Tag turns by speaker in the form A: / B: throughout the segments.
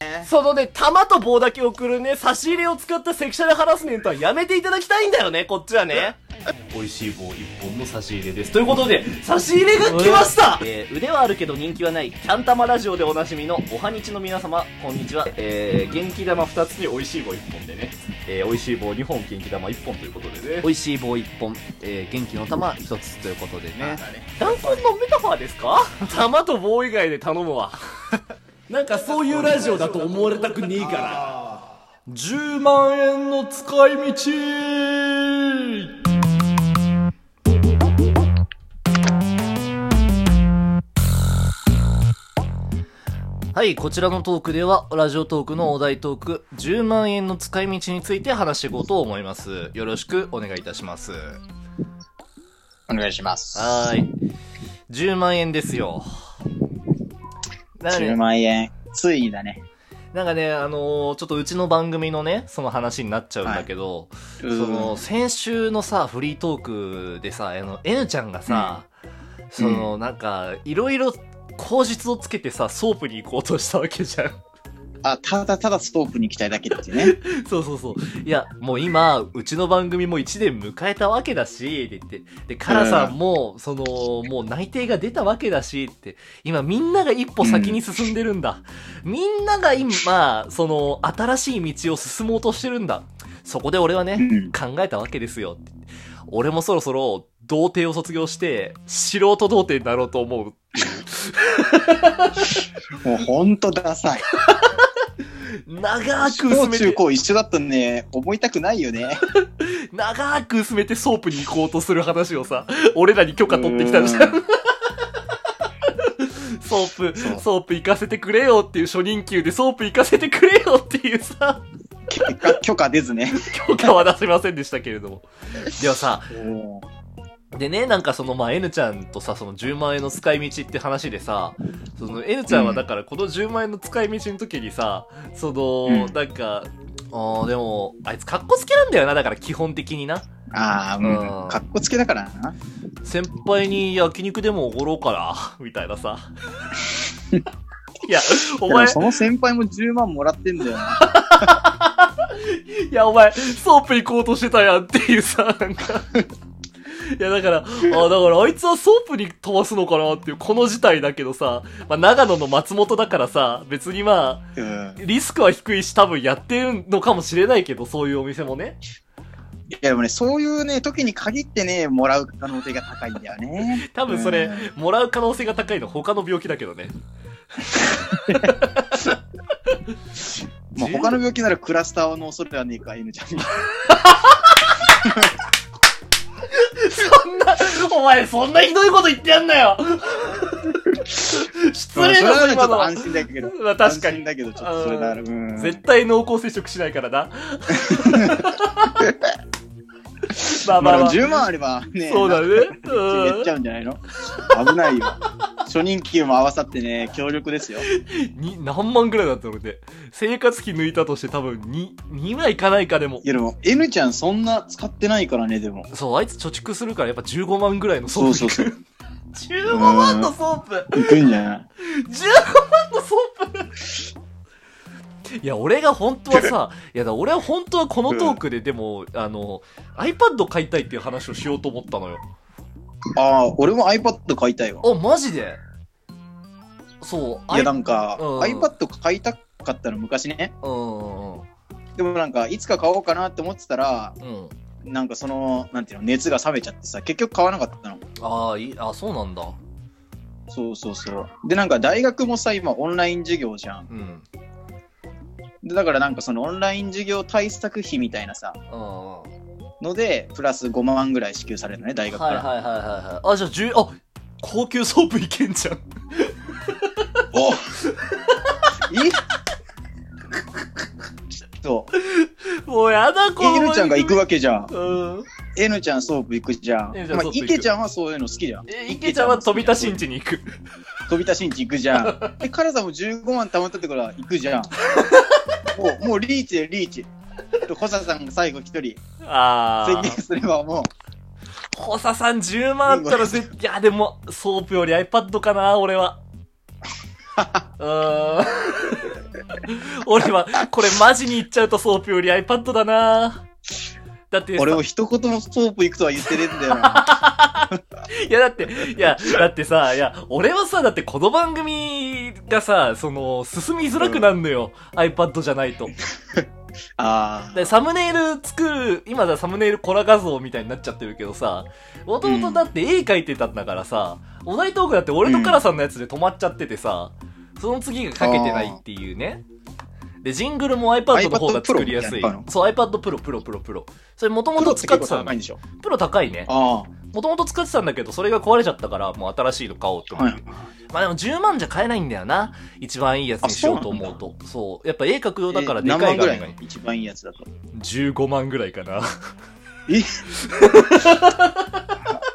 A: ね。
B: そのね、玉と棒だけ送るね、差し入れを使ったセクシャルハラスメントはやめていただきたいんだよね、こっちはね。美味しい棒一本の差し入れです。ということで、差し入れが来ましたえー、腕はあるけど人気はない、キャンタマラジオでおなじみのおはにちの皆様、こんにちは。えー、元気玉2つに美味しい棒1本でね、えー、美味しい棒2本、元気玉1本ということでね。
A: 美味しい棒一本、えー、元気の玉一つということでね。
B: 弾痕のメタファーです か玉と棒以外で頼むわ。なんかそういうラジオだと思われたくねえから。10万円の使い道
A: はい、こちらのトークでは、ラジオトークのお題トーク、10万円の使い道について話していこうと思います。よろしくお願いいたします。
C: お願いします。
A: はーい。10万円ですよ。なんかね
C: 10万円。ついにだね。
A: なんかね、あのーちょっとうちの番組のね、その話になっちゃうんだけど、そ
C: そ
A: の、先週のさ、フリートークでさ、あの、N ちゃんがさ、その、なんか、いろいろ、口実をつけてさ、ソープに行こうとしたわけじゃん。
C: あ、ただただストープに行きたいだけっていうね。
A: そうそうそう。いや、もう今、うちの番組も1年迎えたわけだし、って言って。で、カラさんも、その、もう内定が出たわけだし、って。今、みんなが一歩先に進んでるんだ。みんなが今、その、新しい道を進もうとしてるんだ。そこで俺は
C: う
A: ね、
C: ん。
A: 考えたわけですよ。って俺もそろそろ、童貞を卒業して、素人童貞になろうと思う。
C: もうほんとダサい。
A: 長く
C: 小
A: 薄め
C: 中
A: て、
C: 高一緒だったんで、覚えたくないよね。
A: 長く薄めてソープに行こうとする話をさ、俺らに許可取ってきたじゃん。
C: うん
A: ソープ、
C: そう
A: ソープ行かせてくれよっていう初任給でソープ行かせてくれよっていうさ、
C: 結果、許可出ずね。
A: 許可は出せませんでしたけれども。ではさ、
C: おー
A: でね、なんかそのまあ N ちゃんとさ、その10万円の使い道って話でさ、その N ちゃんはだからこの10万円の使い道の時にさ、その、
C: うん
A: なんか、あーでも、あいつ格好つけなんだよな、だから基本的にな。
C: ああ、
A: う
C: うんん。かっこつけだからな。
A: 先輩に焼肉でもおごろうかな、みたいな さ。いや、お
C: でも
A: 前、
C: その先輩も10万もらってんだよな。
A: いや、お前、ソープ行こうとしてたやんっていうさ、なんか。いや、だから、あだから、あいつはソープに飛ばすのかなっていう、この事態だけどさ、まあ、長野の松本だからさ、別にまあ、
C: うん。
A: リスクは低いし、多分やってるのかもしれないけど、そういうお店もね。
C: いやでもね、そういうね、時に限ってね、もらう可能性が高いんだよね。
A: 多分それ、
C: う
A: もらう可能性が高いの他の病気だけどね。
C: まあ、他の病気ならクラスターの恐れはねえか、N ちゃんに。
A: そんな、お前、そんなひどいこと言ってやんな よ失
C: まあ
A: 礼
C: それ
A: だ
C: は
A: ぞ、
C: ねちょ
A: 今
C: っ
A: の
C: と
A: は
C: 安。心だけど。
A: まあ確かに
C: 安心だけど、ちょっとそれなら、うん。
A: 絶対濃厚接触しないから な。まあま
C: ま
A: あ、ま
C: あ
A: あ、
C: でも10万あればね、
A: そうだね。
C: なんかやっち
A: う
C: ゃうんじゃないの危な いよ。初任給も合わさってね、強力ですよ。
A: ん。に何万ぐらいだったので。生活費抜いたとして多分2、2はいかないかでも
C: い。やでも、N ちゃんそんな使ってないからね、でも。
A: そう、あいつ貯蓄するからやっぱ15万ぐらいのソ
C: そうそ
A: ー
C: う
A: プ。
C: そう。
A: 15万のソープ
C: いくんじゃない
A: !15 万のソープいや、俺が本当は さ、いやだ、俺は本当はこのトークで、でも、あの、iPad 買いたいっていう話をしようと思ったのよ。
C: ああ、俺も iPad 買いたいわ。
A: あ、マジでそう、
C: いや、なんか、
A: うん
C: iPad 買いたかったの、昔ね。
A: うんうん
C: でもなんか、いつか買おうかなって思ってたら、
A: うん。うん。
C: なんかその、なんていうの、熱が冷めちゃってさ、結局買わなかったの。
A: ああ、いい、あそうなんだ。
C: そうそうそう。で、なんか大学もさ、今オンライン授業じゃん。
A: うん。
C: で、だからなんかそのオンライン授業対策費みたいなさ、
A: うんうん。
C: ので、プラス5万ぐらい支給されるのね、大学か
A: はい
C: ら。
A: はいはいはいはい。あ、じゃあ10、あ高級ソープいけんじ ゃん。
C: お えちょっと、
A: もうやだ、この
C: N ちゃんが行くわけじゃん。
A: うん。
C: N ちゃんソープ行くじゃん。
A: N ちゃん
C: まあ
A: ソー、プ行く
C: 池ちゃんはそういうの好きじゃん。
A: え、池ちゃんは飛び出しん
C: ち。
A: ちに行く。
C: 飛び出しんち行くじゃん。で、カラさんも15万貯まったってから行くじゃん。もう、もうリーチでリーチ。と、コサさんが最後一人
A: あ
C: 宣言
A: あ。
C: すればも
A: ホサさん10万あったら 絶対、いやでも、ソープより iPad かな、俺は。うーん。 俺は、これマジに言っちゃうとソープより iPad だなだってさ、
C: 俺も一言もソープ行くとは言ってねえんだよ な。
A: いやだって、いや、だってさ、いや、俺はさ、だってこの番組がさ、その、進みづらくなるのよ。iPad じゃないと。
C: あ
A: で、サムネイル作る、今だサムネイルコラ画像みたいになっちゃってるけどさ、もともとだって絵描いてたんだからさ、お題トークだって俺とカラさんのやつで止まっちゃっててさ、その次が描けてないっていうね。で、ジングルも iPad の方が作りやす
C: iPad Pro みた
A: い
C: いなの。
A: そう、iPad Pro、Pro、Pro、Pro。それもと
C: あ。
A: もと使ってた
C: さ
A: ん
C: ないんでしょ。
A: プロ高いね。
C: あ
A: もともと使ってたんだけど、それが壊れちゃったから、もう新しいの買おうと
C: あ。
A: 思
C: は
A: っ
C: い
A: て。。まあでも10万じゃ買えないんだよな。一番いいやつにしようと思うと。そうやっぱ絵描く用だから
C: え
A: でか
C: 何万
A: い
C: ぐ
A: 画
C: ら
A: 面
C: い
A: が
C: の
A: いい。
C: 一番いいやつだと。
A: 15万ぐらいかな。
C: え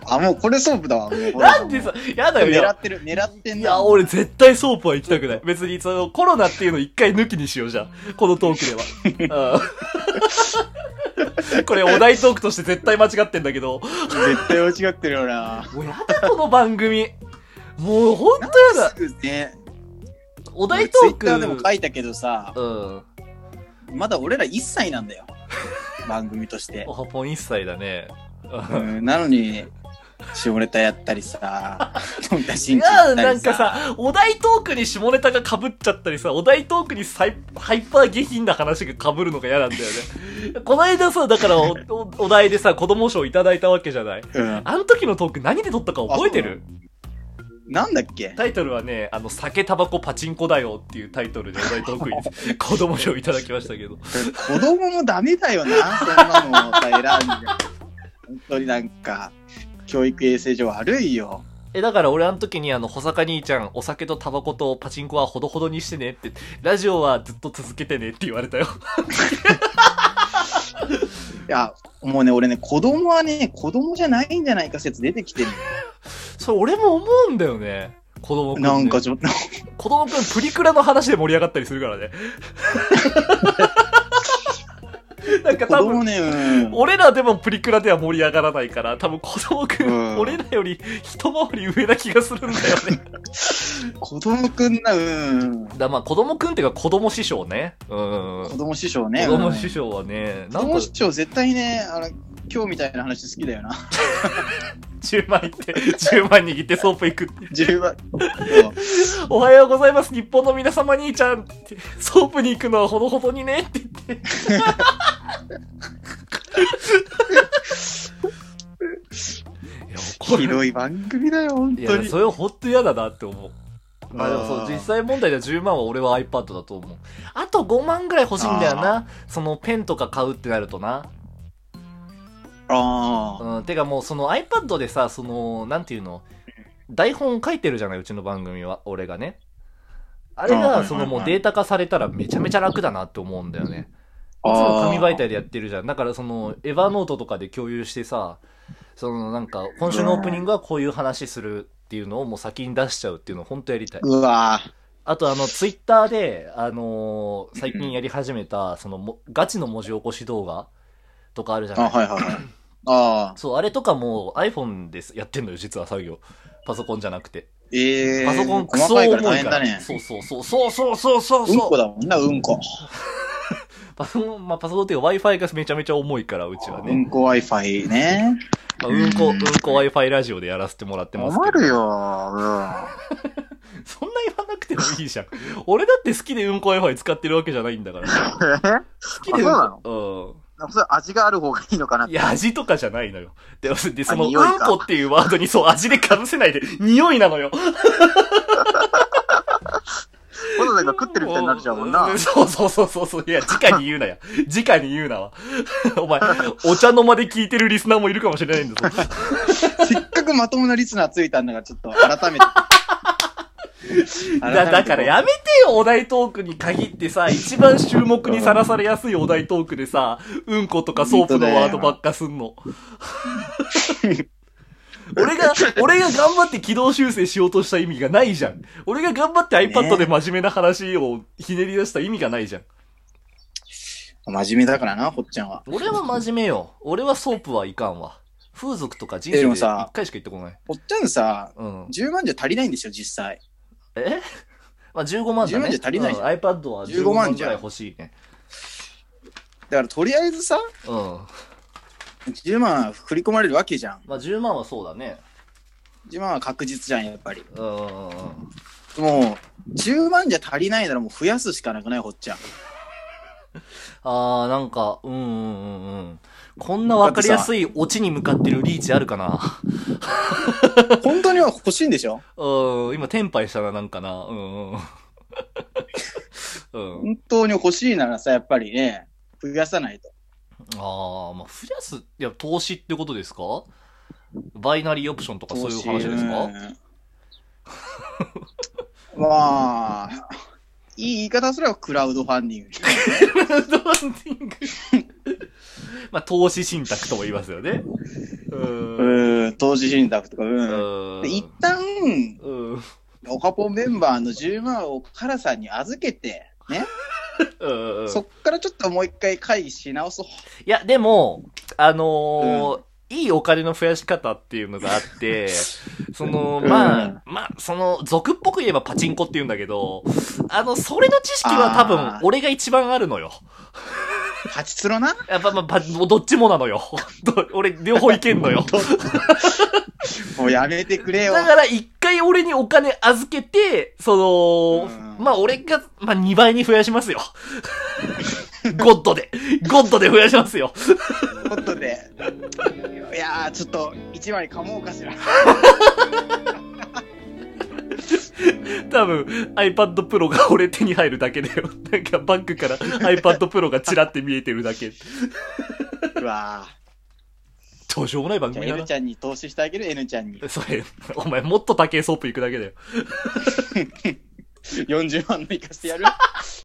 C: あ、もうこれソープだわ。もう
A: なんでさ、やだよ。い
C: 狙
A: や
C: ってる、狙ってん
A: い
C: な。
A: や、俺絶対ソープは行きたくない。別にそのコロナっていうの一回抜きにしようじゃん。このトークでは。うん これお題トークとして絶対間違ってんだけど。
C: 絶対間違ってるよな。
A: もうやだ、この番組。もうほんとやだ
C: す。ぐね。
A: お
C: ツイ
A: 題トー
C: ッ
A: ク。
C: ターでも書いたけどさ、
A: うん。
C: まだ俺ら1歳な んだよ。番組として
A: お。はぽん一切だね。
C: うんなのに、下ネタやったりさ、富田
A: い
C: 新地や
A: や、
C: ったりさ。
A: なんかさ、お題トークに下ネタが被っちゃったりさ、お題トークにサイハイパー下品な話が被るのが嫌なんだよ ね。この間さ、だからおおお題でさ、子供賞いただいたわけじゃない。
C: うん、
A: あの時のトーク何で撮ったか覚えて
C: あそ
A: る
C: なんだっけ
A: タイトルはね、あの、酒、タバコ、パチンコだよっていうタイトルでお題トーク に子供賞いただきましたけど。
C: 子供もダメだよな、そんなのをさ選んで。本当になんか、教育衛生上悪いよ。
A: え、だから俺あの時にあの、保坂兄ちゃん、お酒とタバコとパチンコはほどほどにしてねって、ラジオはずっと続けてねって言われたよ。
C: いや、もうね、俺ね、子供はね、子供じゃないんじゃないか説出てきてる。
A: それ俺も思うんだよね。子供くん、ね。
C: なんかちょっと、
A: 子供くんプリクラの話で盛り上がったりする からね。なんか
C: 子
A: 多
C: 供
A: 分、
C: ね、うん。
A: 俺らでもプリクラでは盛り上がらないから、多分子供くん、
C: うん
A: 俺らより一回り上な気がするんだよね。
C: 子供くんな、うん。
A: だまあ子供くんっていうか子供師匠ね。うん。
C: 子
A: 子
C: 供師匠ね。
A: 供
C: うん
A: 師匠はね、
C: 子
A: なんか
C: 供師匠絶対ね、あの、今日みたいな話好きだよな。
A: 10万いって、10万握ってソープ行く。
C: 10倍。
A: おはようございます、日本の皆様兄ちゃんって。ソープに行くのはほどほどに ねって言って。いや怒る
C: 広い番組だよ、本
A: い
C: 当
A: や、
C: に。
A: それほんと嫌だなって思う。まあでもそ
C: あ
A: う、
C: ー
A: 実際問題では10万は俺は iPad だと思う。あと5万ぐらい欲しいんだよな。そのペンとか買うってなるとな。
C: ああ。
A: うん、てかもうその iPad でさ、その、なんていうの、台本書いてるじゃない、うちの番組は、俺がね。あれ
C: あはいはい
A: が、
C: はい
A: そのもうデータ化されたらめちゃめちゃ楽だなって思うんだよね。いつ
C: あー
A: も紙媒体でやってるじゃん。だからその、エヴァノートとかで共有してさ、そのなんか、今週のオープニングはこういう話するっていうのをもう先に出しちゃうっていうのを本当やりたい。
C: うわぁ。
A: あとあの、ツイッターで、あのー最近やり始めた、そのも、ガチの文字起こし動画とかあるじゃ
C: あ、
A: ない
C: はいはいはい。ああ。
A: そう、あれとかも iPhone です。やってんのよ、実は作業。パソコンじゃなくて。
C: ええー。
A: パソコンク
C: 細
A: ソ
C: かい
A: 重
C: か
A: い
C: ら
A: か
C: 大変
A: ら。
C: だね。
A: そうそうそうそうそうそうそう
C: うんこ
A: そう。
C: だもんな、うんこ。
A: パソコン、まあ、パソコンっていうか Wi-Fi がめちゃめちゃ重いから、うちは
C: う
A: ね。
C: んこ Wi-Fi ね。
A: まあ、うんこ、うんこ Wi-Fi ラジオでやらせてもらってますけど。
C: 困るよー。
A: そんな言わなくてもいいじゃん。俺だって好きでうんこ Wi-Fi 使ってるわけじゃないんだから。好
C: うん。
A: きでうん
C: あ
A: こ。
C: それ味がある方がいいのかな
A: うん。いや、味とかじゃないのよ。で、でその、
C: あ
A: うん
C: 匂いか
A: こっていうワードにそう、味で被せないで、匂いなのよ。
C: わざわざ食って
A: う そうそうそうそうそう。いや、直に言うなや。 直に言うなわ。 お前、お茶の間で聞いてるリスナーもいるかもしれないんだぞ。
C: せっかくまともなリスナーついたんだから、ちょっと 改めて。
A: だだからやめてよ、お題トークに限ってさ、一番注目にさらされやすいお題トークでさ、うんことかソープのワードばっかすんの。俺が、俺が頑張って軌道修正しようとした意味がないじゃん。俺が頑張って iPad で真面目な話をひねり出した意味がないじゃん。
C: 真面目だからな、ほっちゃんは。
A: 俺は真面目よ。俺はソープはいかんわ。風俗とか人
C: えで
A: 生で
C: もさ
A: 一回しか行ってこない。
C: ほっちゃんさ、
A: うん。
C: 10万じゃ足りないんでしょ、実際。
A: えまあ15万だね。
C: 15万じゃ足りないじゃん
A: うん iPad は15
C: 15万
A: 万ぐ
C: じゃん
A: らい欲しいね。
C: だからとりあえずさ、
A: うん。
C: 10万振り込まれるわけじゃん。
A: まあ10万はそうだね。
C: 10万は確実じゃん、やっぱり。
A: うんうんうんうん。
C: もう、10万じゃ足りないならもう増やすしかなくない、こっちゃ。
A: あー、なんか、うんうんうんうん。こんなわかりやすいオチに向かってるリーチあるかな。
C: 本当には欲しいんでしょ
A: うん、今、テンパイしたな、なんかな。うんうん。うん、
C: 本当に欲しいならさ、やっぱりね、増やさないと。
A: ああ、まあ、増やす、いや、投資ってことですかバイナリーオプションとかそういう話ですか
C: うん まあ、いい言い方すればクラウドファンディング。
A: クラウドファンディング。まあ、投資信託とも言いますよね。うん。
C: うん、投資信託とか、
A: う
C: うん。
A: ん
C: で一旦、
A: うん。うん。
C: オカポンメンバーの10万をカラさんに預けて、ね、
A: うん
C: そっからちょっともう一回会議し直そう。
A: いや、でも、あのーいいお金の増やし方っていうのがあ って、その、まあ、まあ、その、俗っぽく言えばパチンコって言うんだけど、あの、それの知識は多
C: あ
A: 分
C: ー、
A: 俺が一番あるのよ。
C: パチツロな
A: やっぱ、まあ、パどっちもなのよ。 ど俺、両方いけんのよ。
C: もうやめてくれよ。
A: だから、一回俺にお金預けて、その、
C: うん
A: まあ、俺が、まあ、2倍に増やしますよ。 ゴッドで、ゴッドで増やしますよ。
C: ということで。いやー、ちょっと、一枚噛もうかしら。
A: 多分 iPad Pro が俺手に入るだけだよ。なんかバッグから iPad Pro がチラって見えてるだけ。
C: うわ
A: どうしようもない番
C: ー。じゃあ、
A: 組だ
C: N
A: な
C: ち。ゃんに投資してあげる、N ちゃんに。
A: それ、お前もっと高いソープ行くだけだよ。
C: 40万の行かせてやる。